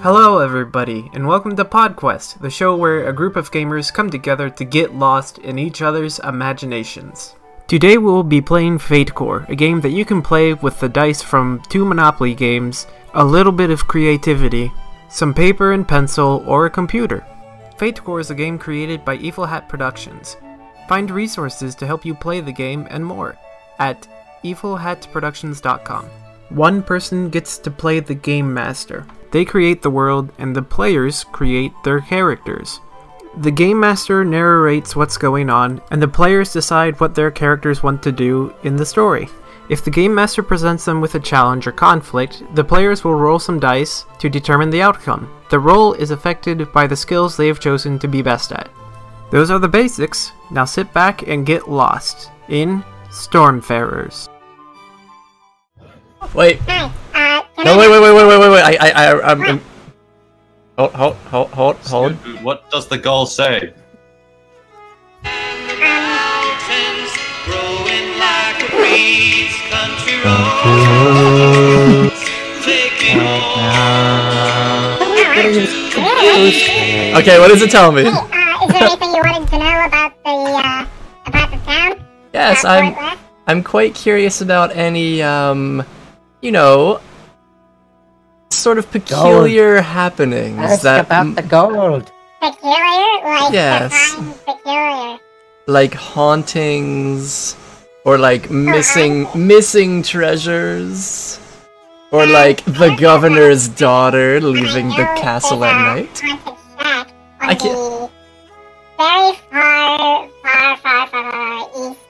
Hello, everybody, and welcome to PodQuest, the show where a group of gamers come together to get lost in each other's imaginations. Today, we'll be playing Fate Core, a game that you can play with the dice from two Monopoly games, a little bit of creativity, some paper and pencil, or a computer. Fate Core is a game created by Evil Hat Productions. Find resources to help you play the game and more at evilhatproductions.com. One person gets to play the game master. They create the world, and the players create their characters. The game master narrates what's going on, and the players decide what their characters want to do in the story. If the game master presents them with a challenge or conflict, the players will roll some dice to determine the outcome. The roll is affected by the skills they have chosen to be best at. Those are the basics. Now sit back and get lost in Stormfarers. Wait, Hi. Uh, can no, I wait, wait, wait, wait, wait, wait, wait. I, I, I, I'm. I'm... Hold, hold, hold, hold, hold. What does the goal say? mountains growing like a breeze. Country roads taking Okay, what does it tell me? Uh, is there anything you wanted to know about the uh, about the town? Yes, About I'm. Fort Worth? I'm quite curious about any, um, you know, sort of peculiar happenings Ask that, about the gold. Peculiar, like Yes. define peculiar. like hauntings, or like missing missing treasures, or like the governor's daughter leaving the I know castle there's at a night. Haunted shack on I can't- the very far, far, far, far, far east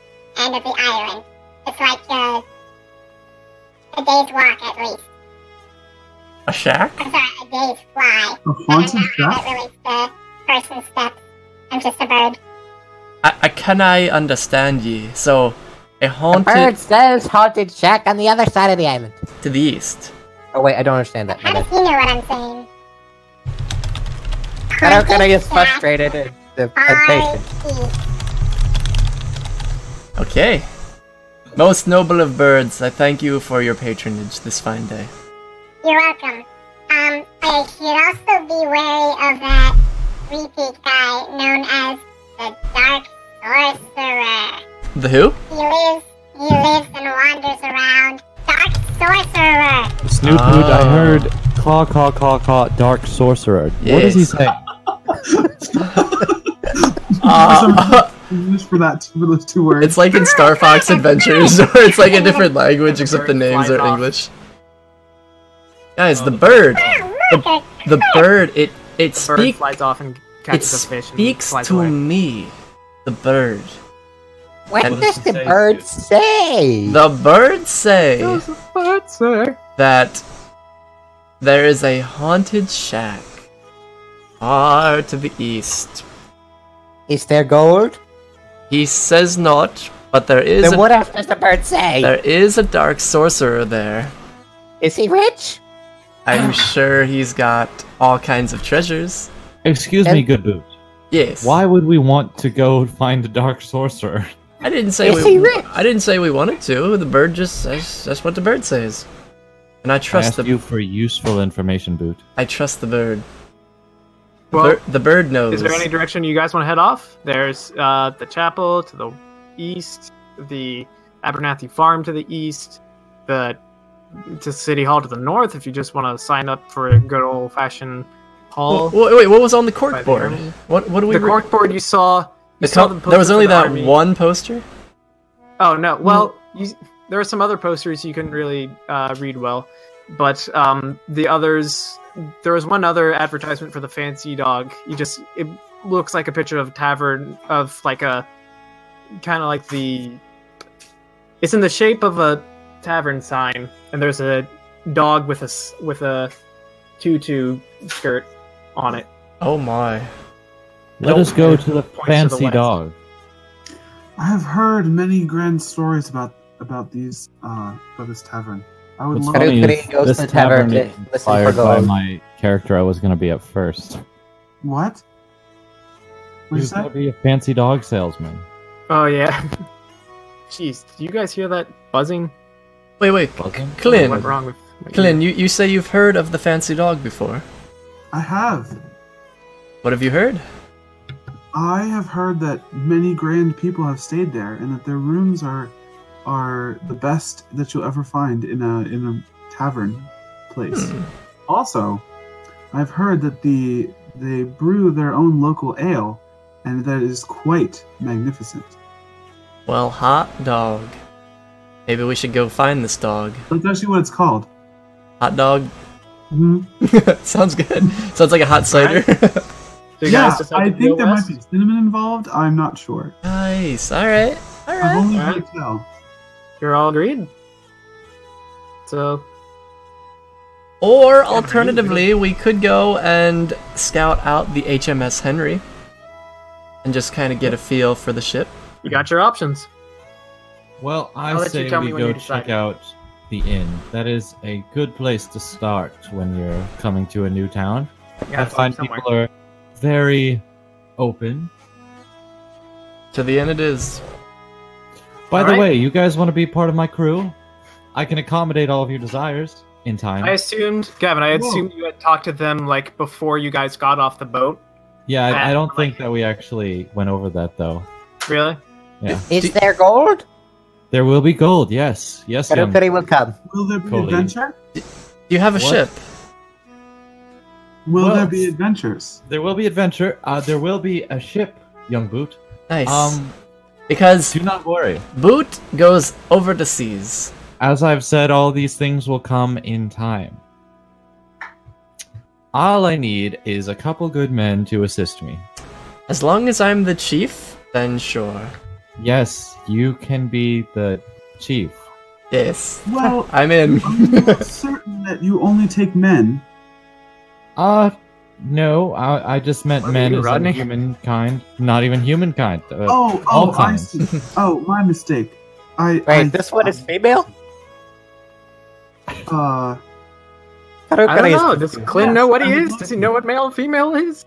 end of the island. It's like uh, a day's walk at least. A shack? I'm sorry, a day's fly. A But haunted I'm shack? not really the person's steps. I'm just a bird. I, I can I understand ye. So, a The haunted bird says haunted shack on the other side of the island. to the east. Oh wait, I don't understand that. How my does bad. he know what I'm saying? I don't get I get frustrated and, and patient. Okay. Most noble of birds, I thank you for your patronage this fine day. You're welcome. Um, I should also be wary of that creepy guy known as the Dark Sorcerer. The who? He lives, he lives and wanders around. Dark Sorcerer! Snoop Ah. Hoot, I heard caw caw caw caw dark sorcerer. What does he Yes. say? Uh, English for that for those two words. it's like in Star Fox Adventures, or it's like a different language except the bird names flies are off. English. Guys, the bird, Oh, look! a- the bird, it it bird speaks flies off and it catches a fish. speaks and flies to away. me. The bird, What And- does the bird say? the bird say that there is a haunted shack far to the east. Is there gold? He says not, but there is Then a what else does the bird say? There is a dark sorcerer there. Is he rich? I'm sure he's got all kinds of treasures. Excuse me, And- good boot. Yes. Why would we want to go find a dark sorcerer? I didn't say Is we. he rich? I didn't say we wanted to. The bird just says that's what the bird says. And I I trust asked the. you for useful information, boot. I trust the bird. The, Well, bir- the bird knows. is there any direction you guys want to head off? There's uh, the chapel to the east, the Abernathy Farm to the east, the to City Hall to the north. If you just want to sign up for a good old fashioned hall, Wh- wait, wait, what was on the By cork the board? army. What? What do we? the re- cork board you saw. You the saw co- the there was poster only for the that army. one poster. Oh no! Well, you, there are some other posters you couldn't really uh, read well, but um, the others. There was one other advertisement for the fancy dog. You just it looks like a picture of a tavern of like a kind of like the. It's in the shape of a tavern sign, and there's a dog with a s- with a tutu skirt on it. Oh my! Let Nope. us go to the Points to the fancy west. dog. I have heard many grand stories about about these uh about this tavern. I would What's love funny Everybody is goes this to the tavern tavern to is listen for inspired by gold. my character I was going to be at first. what? He What you was going to said? be a fancy dog salesman. Oh yeah. Jeez, do you guys hear that buzzing? Wait, wait, Wasn't? What went Clint, wrong with my ear? Clint, you, you say you've heard of the fancy dog before? I have. What have you heard? I have heard that many grand people have stayed there, and that their rooms are are the best that you'll ever find in a in a tavern place. Also, I've heard that the they brew their own local ale, and that is quite magnificent. Well, hot dog. Maybe we should go find this dog. That's actually what it's called. Hot dog Mhm. sounds good. Sounds like a hot cider. So you yeah, guys decide I to go think there might west? be cinnamon involved. I'm not sure. nice. All right. All I've right. only Alright. heard tell. You're all agreed. So Or alternatively, we could go and scout out the HMS Henry and just kind of get a feel for the ship. you got your options. Well, I I'll let you say tell we me when go you decide. check out the inn. That is a good place to start when you're coming to a new town. Yeah, I find somewhere. people are very open. To the end, it is. By All the right. way, you guys want to be part of my crew? I can accommodate all of your desires in time. I assumed, Gavin. I Whoa. assumed you had talked to them like before you guys got off the boat. yeah, I, I don't think Absolutely. that we actually went over that though. Really? Is there gold? There will be gold. Yes, yes. young- Karukari will come. Will there be Totally. adventure? Do you have a What? ship? Will Well, there be adventures? There will be adventure. Uh, there will be a ship, young Boot. Nice. Um, because do not worry. Boot goes over the seas. As I've said, all these things will come in time. All I need is a couple good men to assist me. As long as I'm the chief, then sure. Yes, you can be the chief. Yes. Well, I'm in. I'm not certain that you only take men. Uh, no, I, I just meant What are men you, as Rodney? in humankind. Not even humankind. Uh, Oh, all oh, I kinds. see. Oh, my mistake. I, I Wait, this one is female? uh, I don't Karukari know. is. Does Clint Yeah, know what he I'm is? Does he know what male and female is?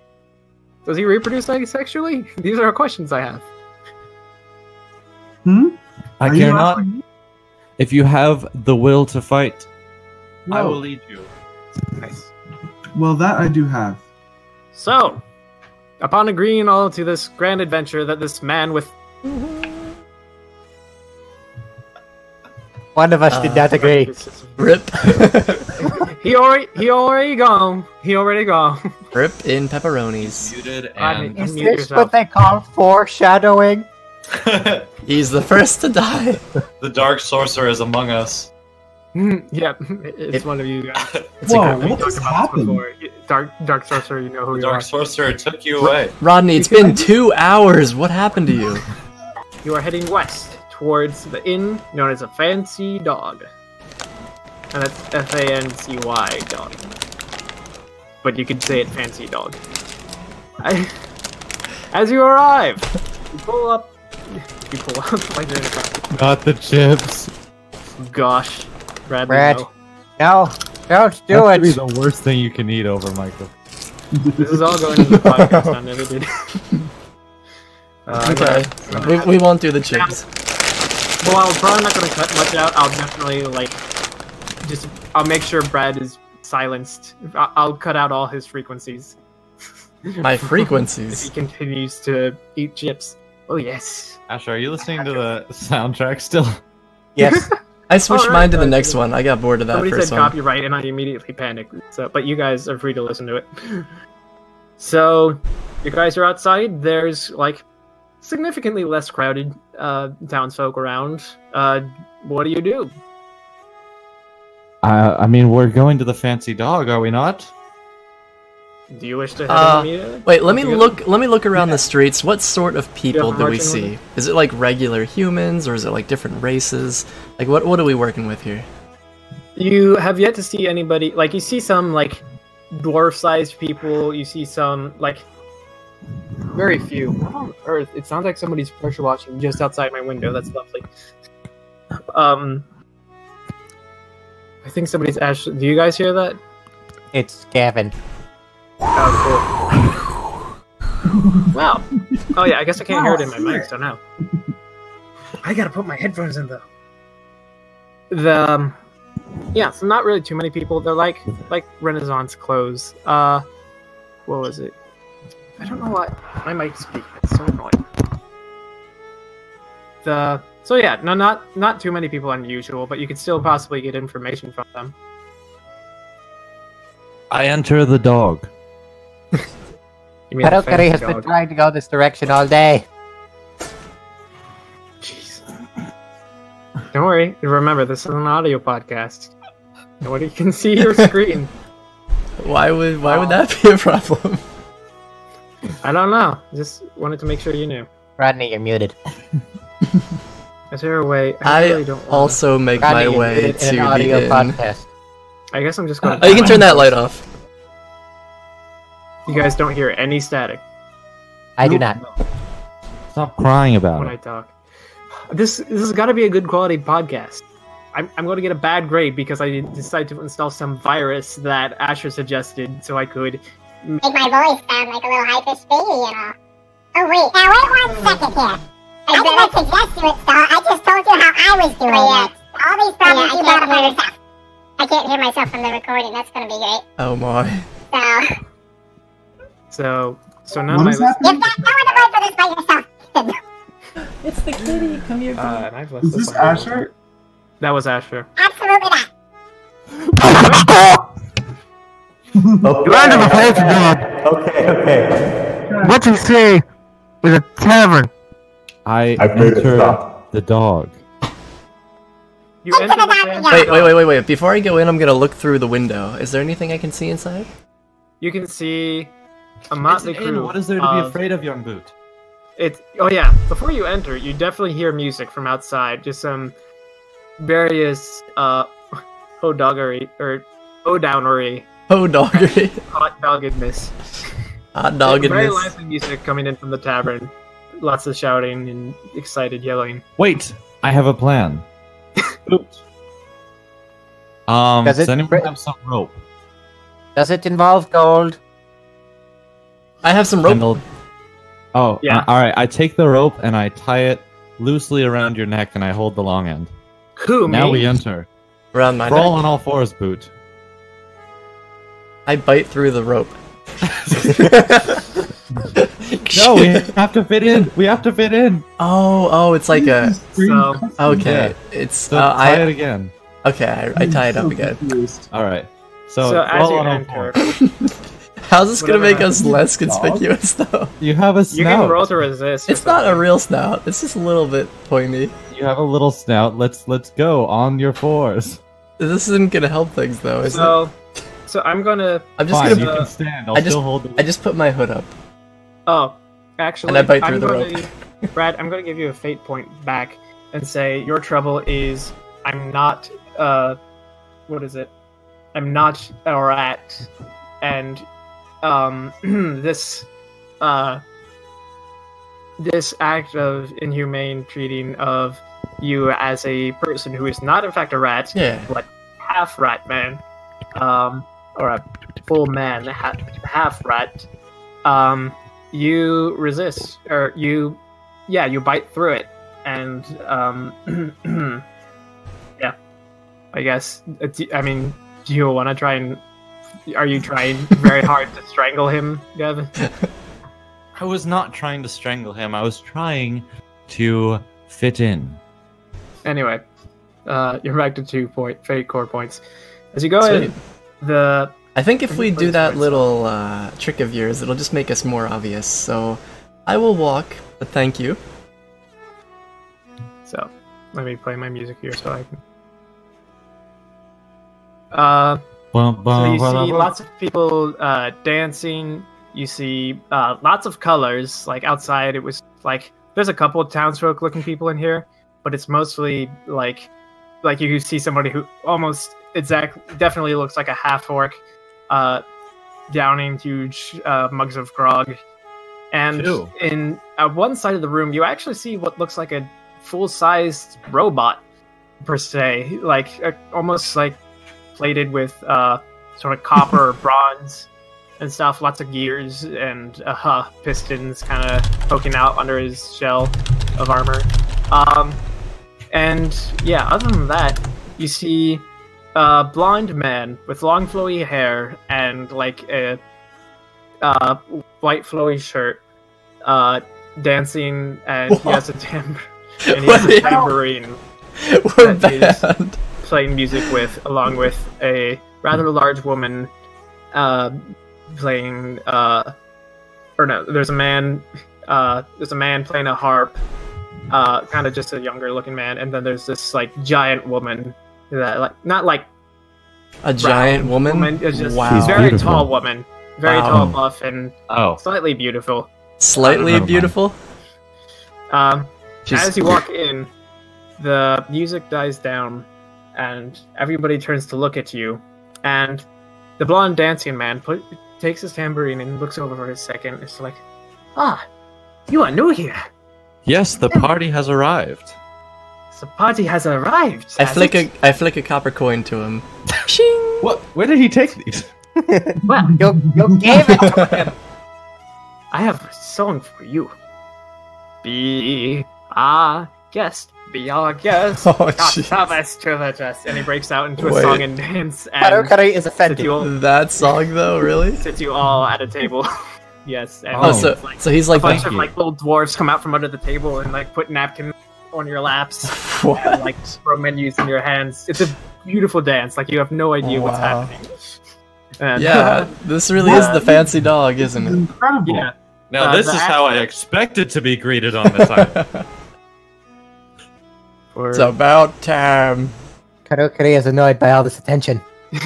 Does he reproduce like sexually? These are questions I have. hmm? I Are you care not. asking me? If you have the will to fight, I No. will lead you. Nice. Well, that I do have. So, upon agreeing all to this grand adventure that this man with One of us Uh, did not agree. Rip. he already he already gone. He already gone. Rip in pepperonis. Muted I'm- and Is Unmute this yourself. what they call foreshadowing? the He's the first to die. dark sorcerer is among us. yep, it's one of you guys. It's a Whoa, good- Talked what just about this happened? before. Dark dark sorcerer, you know who The you are. dark sorcerer took you away. Rodney, it's been two hours. What happened to you? You are heading west towards the inn known as a Fancy Dog. And that's F A N C Y dog. But you could say it Fancy Dog. I, as you arrive, you pull up. You pull up like you're in a car. Not the chips. Gosh, Brad. Brad. no. No, don't do That should it. be the worst thing you can eat over micro. This is all going to the podcast unedited. uh, Okay. We, we won't do the chips. Well, I'm probably not going to cut much out. I'll definitely like just I'll make sure Brad is silenced. I- I'll cut out all his frequencies My if he frequencies. continues to eat chips. Oh yes. Asher, are you listening to the soundtrack still? Yes. I switched Alright, mine to the guys. next one. I got bored of that Somebody first said one. copyright, and I immediately panicked. So, but you guys are free to listen to it. So, you guys are outside. There's like significantly less crowded uh, townsfolk around. Uh, what do you do? Uh, I mean, we're going to the fancy dog, are we not? Do you wish to head Uh, in immediately? Wait, let me Together? look. Let me look around the streets. What sort of people a do we marching see? Is it like regular humans, or is it like different races? Like, what what are we working with here? You have yet to see anybody like you see some like dwarf-sized people. You see some like very few. What on earth? It sounds like somebody's pressure washing just outside my window. That's lovely. Um, I think somebody's actually. Do you guys hear that? it's Gavin. Oh, cool. wow. Oh yeah. I guess I can't hear it in my mic. So now I gotta put my headphones in though. The um, yeah, so not really too many people. They're like like Renaissance clothes. Uh, What was it? I don't know what my mic's beeping. It's so annoying. The so yeah, no, not not too many people unusual, but you could still possibly get information from them. I enter the dog. You mean the Pedro Curry fancy has been dog. trying to go this direction all day. Don't worry. Remember, this is an audio podcast. Nobody can see your screen. Why would why would that be a problem? I don't know. Just wanted to make sure you knew. Rodney, you're muted. Is there a way? I, I really don't. Wanna... also make Rodney, my you're way muted to in the an audio inn. podcast. I guess I'm just going. Oh, you can turn that light off. You guys don't hear any static I do not. Stop crying about when I it. talk. This this has got to be a good quality podcast. I'm I'm going to get a bad grade because I decided to install some virus that Asher suggested, so I could. Make my voice sound like a little hypish baby and all. Oh wait, now wait one second here. I didn't suggest you install. I just told you how I was doing it. All these problems you brought upon yourself. I can't hear myself from the recording. That's gonna be great. Oh my. So So so none of What my is list, you've happening? got no one to blame for this by yourself. uh, and I've left Is this one alone. Asher? That was Asher. Absolutely not. You're under the place, dog. Okay, okay. What you say is a tavern. I I've made it enter stop. the dog. You entered the fan- Wait, wait, wait, wait, wait. Before I go in, I'm gonna look through the window. Is there anything I can see inside? You can see a motley crew. What is there to be of- afraid of, young boot? It's oh yeah. Before you enter, you definitely hear music from outside. Just some various uh, hodoggery or hodownery, Oh Ah, doggery. hot doggedness. Hot Very doggedness. lively music coming in from the tavern. Lots of shouting and excited yelling. Wait, I have a plan. Boot. Um, Does does, it anyone bri- have some rope? Does it involve gold? I have some rope. Handle- Oh, Yeah. yeah. all right. I take the rope and I tie it loosely around your neck, and I hold the long end. Who now me? we enter. Around my Roll neck. on all fours, boot. I bite through the rope. No, we have to fit in. We have to fit in. Oh, oh, it's like a. So- Okay, it's. So Uh, tie it I again. okay. I, I tie it up again. All right. So, So as roll you on all enter, fours. How's this gonna Whatever make us less conspicuous though? You have a you can snout. roll to resist. or It's not a something. real snout. It's just a little bit pointy. You have a little snout. Let's let's go on your fours. This isn't gonna help things though, is it? So, so I'm gonna. I'm just Fine, gonna. you uh, can stand. I'll I just- still hold the. I just put my hood up. Oh, actually, And I bite through am the going Brad, I'm going to give you a fate point back and say your trouble is I'm not. Uh, what is it? I'm not or at, and um, this uh, this act of inhumane treating of you as a person who is not in fact a rat, Yeah. half rat man, um, or a full man, half, half rat, um, you resist, or you, yeah, you bite through it, and, um, yeah, I guess, it's- I mean, do you want to try and, are you trying very hard to strangle him, Gavin? I was not trying to strangle him. I was trying to fit in. Anyway, uh, you're back to two point, fate core points. As you go Sweet. in, the I think if we Place do that myself. little uh, trick of yours, it'll just make us more obvious. So, I will walk. But thank you. So, let me play my music here so I can. Uh, Bum, so bum, you bum, see bum. lots of people uh, dancing. You see uh, lots of colors. Like outside, it was like there's a couple of townsfolk looking people in here, but it's mostly like like you see somebody who almost exact definitely looks like a half orc, uh, downing huge uh, mugs of grog. And Ew. in at one side of the room, you actually see what looks like a full-sized robot per se, like uh, almost like plated with uh, sort of copper, or bronze, and stuff. Lots of gears and uh, pistons kind of poking out under his shell of armor. Um, and yeah, other than that, you see uh, a blind man with long flowy hair and like a uh, white flowy shirt, uh, dancing, and he has a tam- and he has a What? tambourine We're That banned. playing music with, along with a rather large woman uh, playing. Uh, or no, there's a man. Uh, there's a man playing a harp, uh, kind of just a younger looking man, and then there's this like giant woman that like not like A giant brown woman. it's just wow. She's very beautiful. tall woman, very Wow. tall, buff, and Oh, slightly beautiful. Slightly Never mind. beautiful. Um, She's- As you walk in, the music dies down, and everybody turns to look at you. And the blonde dancing man put, takes his tambourine and looks over for a second. It's like, ah, you are new here. yes, the party has arrived. The party has arrived. I has flick it? a I flick a copper coin to him. What? Where did he take these? Well, You, you gave it to him. I have a song for you. Be our guest. Be our guest. Oh, God, jeez. have us to the test. And he breaks out into a Wait. song and dance and Harakiri is sits offended. you all That song though, really? sits you all at a table. yes. And Oh, Oh, it's so like, so he's a like, bunch thank of you. like little dwarves come out from under the table and like put napkins on your laps what? and like throw menus in your hands. It's a beautiful dance. Like you have no idea what's Wow. happening. And, Yeah, this really is the fancy dog, isn't Incredible. yeah. Now Uh, this the is how I expected to be greeted on this island. it? Or- it's about time. Karukiri is annoyed by all this attention.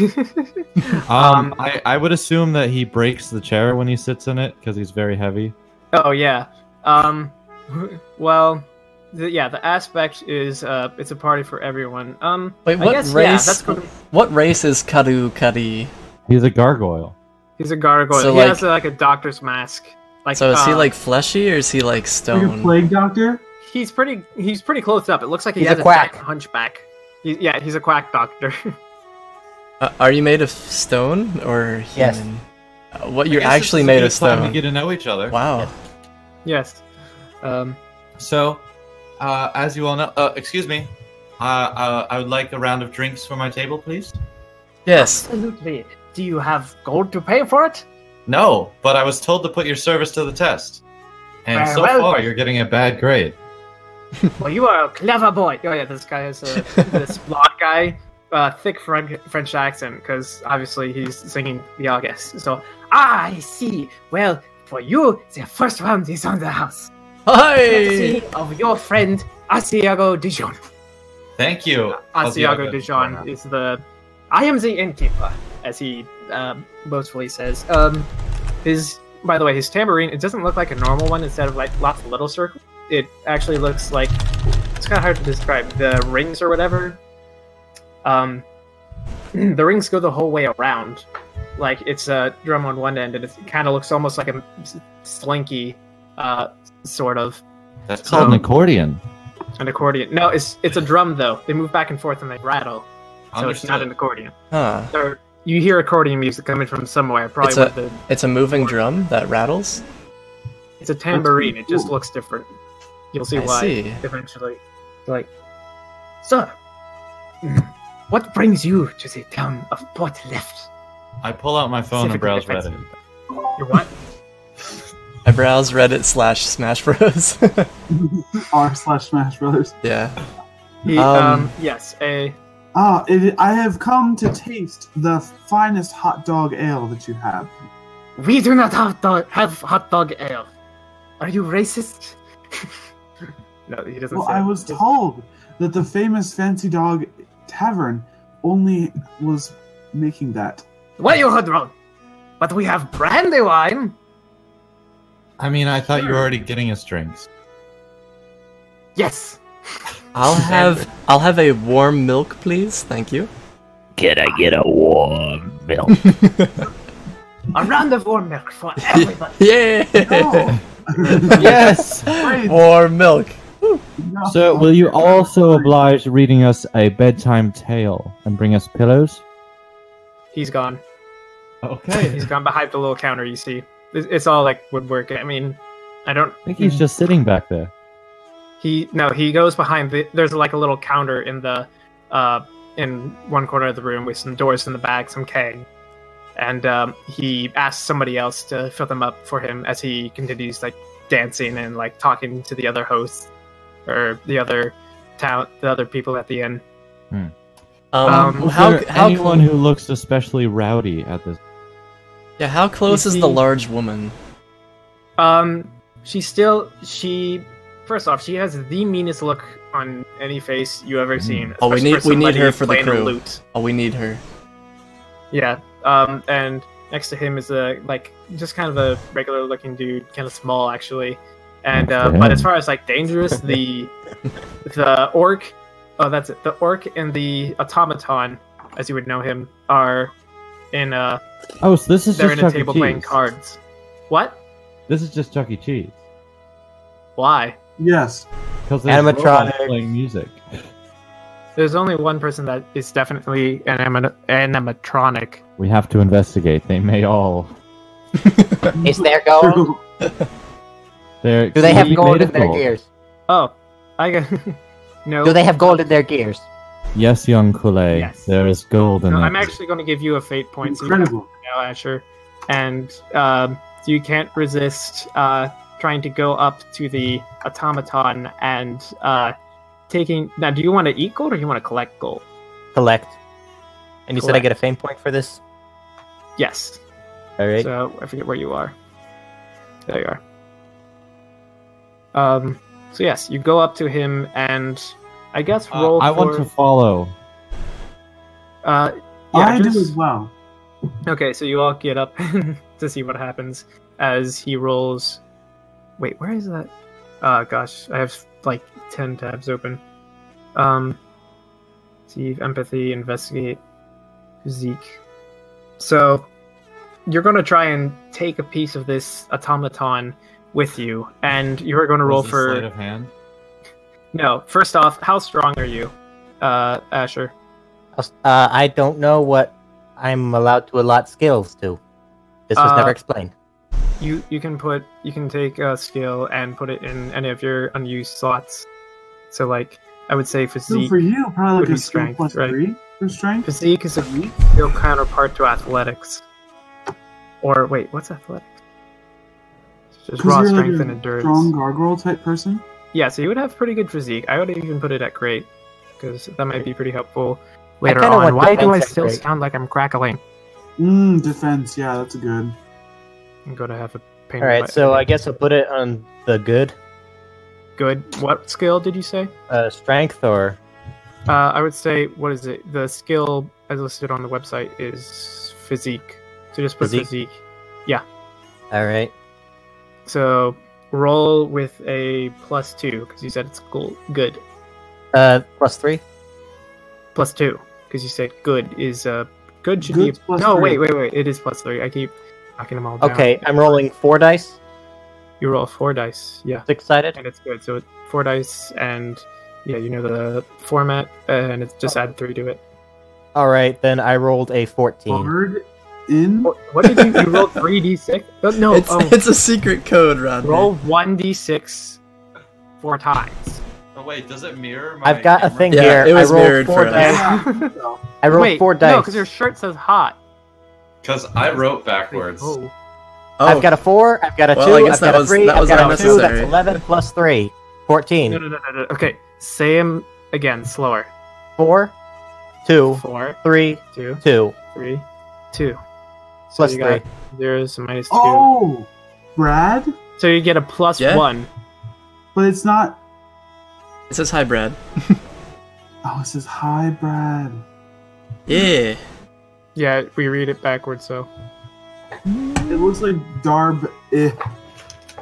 Um, I, I would assume that he breaks the chair when he sits in it because he's very heavy. Oh yeah. Um. Well, the, yeah. The aspect is uh, it's a party for everyone. Um. Wait, I what guess, Yeah, race- that's good. What race is Karu Kari? He's a gargoyle. He's a gargoyle. So, he like- has uh, like a doctor's mask. Like So is he uh, like fleshy or is he like Like a stone? plague doctor? He's pretty. He's pretty close up. It looks like he He's a has a, quack. giant hunchback. He, yeah, he's a quack doctor. Uh, are you made of stone or human? Yes. Uh, what you're I guess this actually is a made good of time stone. To get to know each other. Wow. yes. Um. So, uh, as you all know, uh, excuse me. Uh, uh, I would like a round of drinks for my table, please. Yes. Absolutely. Do you have gold to pay for it? No, but I was told to put your service to the test, and Very so well. far you're getting a bad grade. Well, you are a clever boy. Oh yeah, this guy is a, this blonde guy, uh, thick French French accent, because obviously he's singing the August. So ah, I see. Well, for you, the first round is on the house. Hi. Courtesy of your friend Asiago Dijon. Thank you. Asiago Asiago. Dijon is the. I am the innkeeper, as he uh, boastfully says. Um, his by the way, his tambourine. It doesn't look like a normal one. Instead of like lots of little circles, it actually looks like it's kind of hard to describe. The rings or whatever. Um, the rings go the whole way around. Like it's a drum on one end, and it kind of looks almost like a s- slinky, uh, sort of That's So- called an accordion. an accordion. No, it's it's a drum though. They move back and forth and they rattle. So it's not an Understood. accordion. Huh. Or you hear accordion music coming from somewhere. Probably It's it's a- a, the, It's a moving drum that rattles. it's a tambourine. It just cool. looks different. You'll see I why see. eventually. Like, sir, what brings you to the town of Port Left? I pull out my phone and browse Specifically Reddit. You what? I browse Reddit slash Smash Bros. R slash Smash Brothers. yeah. He, um, Um, yes, a Ah, it, I have come to taste the finest hot dog ale that you have. we do not have dog, have hot dog ale. Are you racist? no, he doesn't. Well, say I it. was Just- told that the famous Fancy Dog Tavern only was making that. Well, you heard wrong. But we have brandy wine. I mean, I thought you were already getting us drinks. Yes. I'll have I'll have a warm milk, please. Thank you. A round of warm milk for everybody. Yeah. No. yes. Wait, warm milk. no. So, will you also oblige reading us a bedtime tale and bring us pillows? He's gone. Okay. He's gone behind the little counter. You see, it's, it's all like woodwork. I mean, I don't. I think he's just sitting back there. He no. He goes behind the. There's like a little counter in the, uh, in one corner of the room with some doors in the back, some keg, and um, he asks somebody else to fill them up for him as he continues like dancing and like talking to the other hosts or the other town, the other people at the inn. Um, Um, how there how anyone who looks especially rowdy at this? yeah, how close You is the see- large woman? Um, she still she. First off, she has the meanest look on any face you Mm. ever seen. Oh, we especially need for we need somebody her for the playing a crew. Lute. Oh, we need her. Yeah. Um, and next to him is a like just kind of a regular looking dude, kind of small actually. And uh, but as far as like dangerous, the the orc, oh that's it, the orc and the automaton, as you would know him, are in uh Oh, so this is they're just in Chuck a E. table playing Cheese. cards. What? This is just Chuck E. Cheese Why? Yes. because there's robots Animatronic. playing music. There's only one person that is definitely an anima- animatronic. We have to investigate. They may all. Is there gold? They're Do they have completely gold made in of their gold. gears? Oh, I got no. Do they have gold in their gears? Yes, young Kule. Yes. There is gold in No, it. I'm actually going to give you a fate point. So you can Incredible. now, Asher, and um, so you can't resist uh, trying to go up to the automaton and uh, taking. Now, do you want to eat gold or do you want to collect gold? Collect. And you said I Collect. get a fame point for this? Yes. All right. So I forget where you are. There you are. Um. So yes, you go up to him and I guess Uh, roll. I for, want to follow. Uh, yeah, I just- do as well. Okay, so you all get up to see what happens as he rolls. Wait, where is that? Uh, gosh, I have like 10 tabs open. Um, see, empathy, investigate, Zeke. So you're going to try and take a piece of this automaton with you, and you're going to roll Is this for. sleight of hand. No, first off, how strong are you, uh, Asher? Uh, I don't know what I'm allowed to allot skills to. This was Uh, never explained. You you can put you can take a skill and put it in any of your unused slots. So like I would say So physique. for you, Would probably like be a strength strength, plus right? three for strength. Physique is a real counterpart to athletics. Or wait, what's athletics? It's just 'Cause raw you're like strength a and endurance. Strong gargoyle type person. Yeah, so you would have pretty good physique. I would even put it at great because that might be pretty helpful I later kinda on. want Why do I defense at still great. sound like I'm crackling? Mm, defense. Yeah, that's a good. I'm gonna have a pain. in All right, my- so I guess I'll put it on the good good. What skill did you say? uh, strength or Uh, I would say, what is it? The skill as listed on the website is physique. So just put Physique? physique. all right. So roll with a plus two because you said it's gold. good. Uh, plus three. Plus two because you said good is uh, good should Good's be. plus no, three. wait, wait, wait. It is plus three. I keep knocking them all down. Okay, I'm rolling four dice, You roll four dice. Yeah. six sided. And it's good. So it's four dice and yeah, you know the format and it's just add three to it. All right, then I rolled a fourteen. Hard in. What, what did you? You rolled three d six? No, it's oh. it's a secret code, Rodney. Roll 1d6 four times. Oh wait, does it mirror my? I've got a thing camera? Yeah, here. it was I rolled mirrored four for us. dice. Yeah. I rolled Wait, four No, dice. because your shirt says hot. Cause I wrote backwards. Oh. Oh, I've got a four. I've got a Well, I two. guess I've got that a was- three. that I've was got a two. That's unnecessary. eleven plus three. No, Fourteen. no, no, no, no. Okay, say 'em again, slower. Four, two, Four, three, two, two. three, two. So Plus you three. got zeros and minus two. Oh, Brad. So you get a plus Yeah. one. But it's not. it says hi, Brad. Oh, it says hi, Brad. Yeah. Yeah, we read it backwards, so. It looks like Darb. Eh.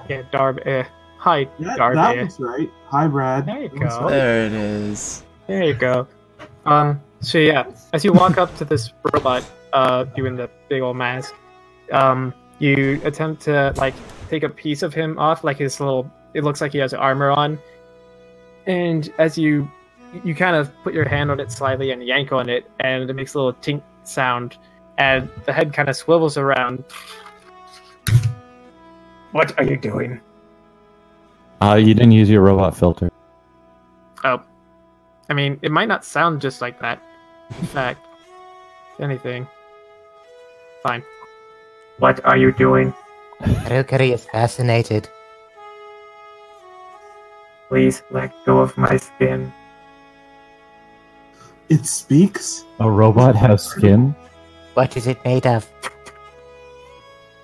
Yeah, Darb, eh. Hi, Yeah, Darb, that eh. looks right. Hi, Brad. There you That looks Oh. go. right. There it is. There you go. Um, so yeah, as you walk up to this robot, uh, doing the big old mask, um, you attempt to like take a piece of him off, like his little. It looks like he has armor on, and as you, you kind of put your hand on it slightly and yank on it, and it makes a little tink sound, and the head kind of swivels around. What are you doing? Uh, you didn't use your robot filter. Oh, I mean, it might not sound just like that. In fact, if anything. Fine. What are you doing? Harukiri is fascinated. Please let go of my skin. It speaks. A robot has skin? What is it made of?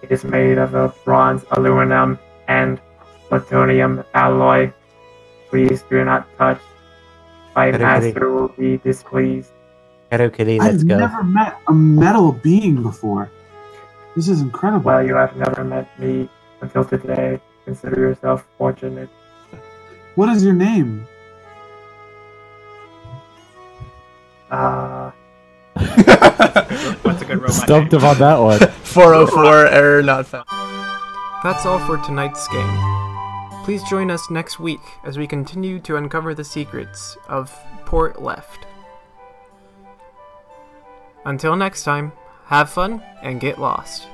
It is made of a bronze, aluminum, and plutonium alloy. Please do not touch. My Very, very- master will be displeased. Harukiri, I've let's go. never met a metal being before. This is incredible. Well, you have never met me until today. Consider yourself fortunate. What is your name? Ah, What's a good robot? Stumped about that one. 404 error not found. That's all for tonight's game. Please join us next week as we continue to uncover the secrets of Port Left. Until next time, have fun and get lost.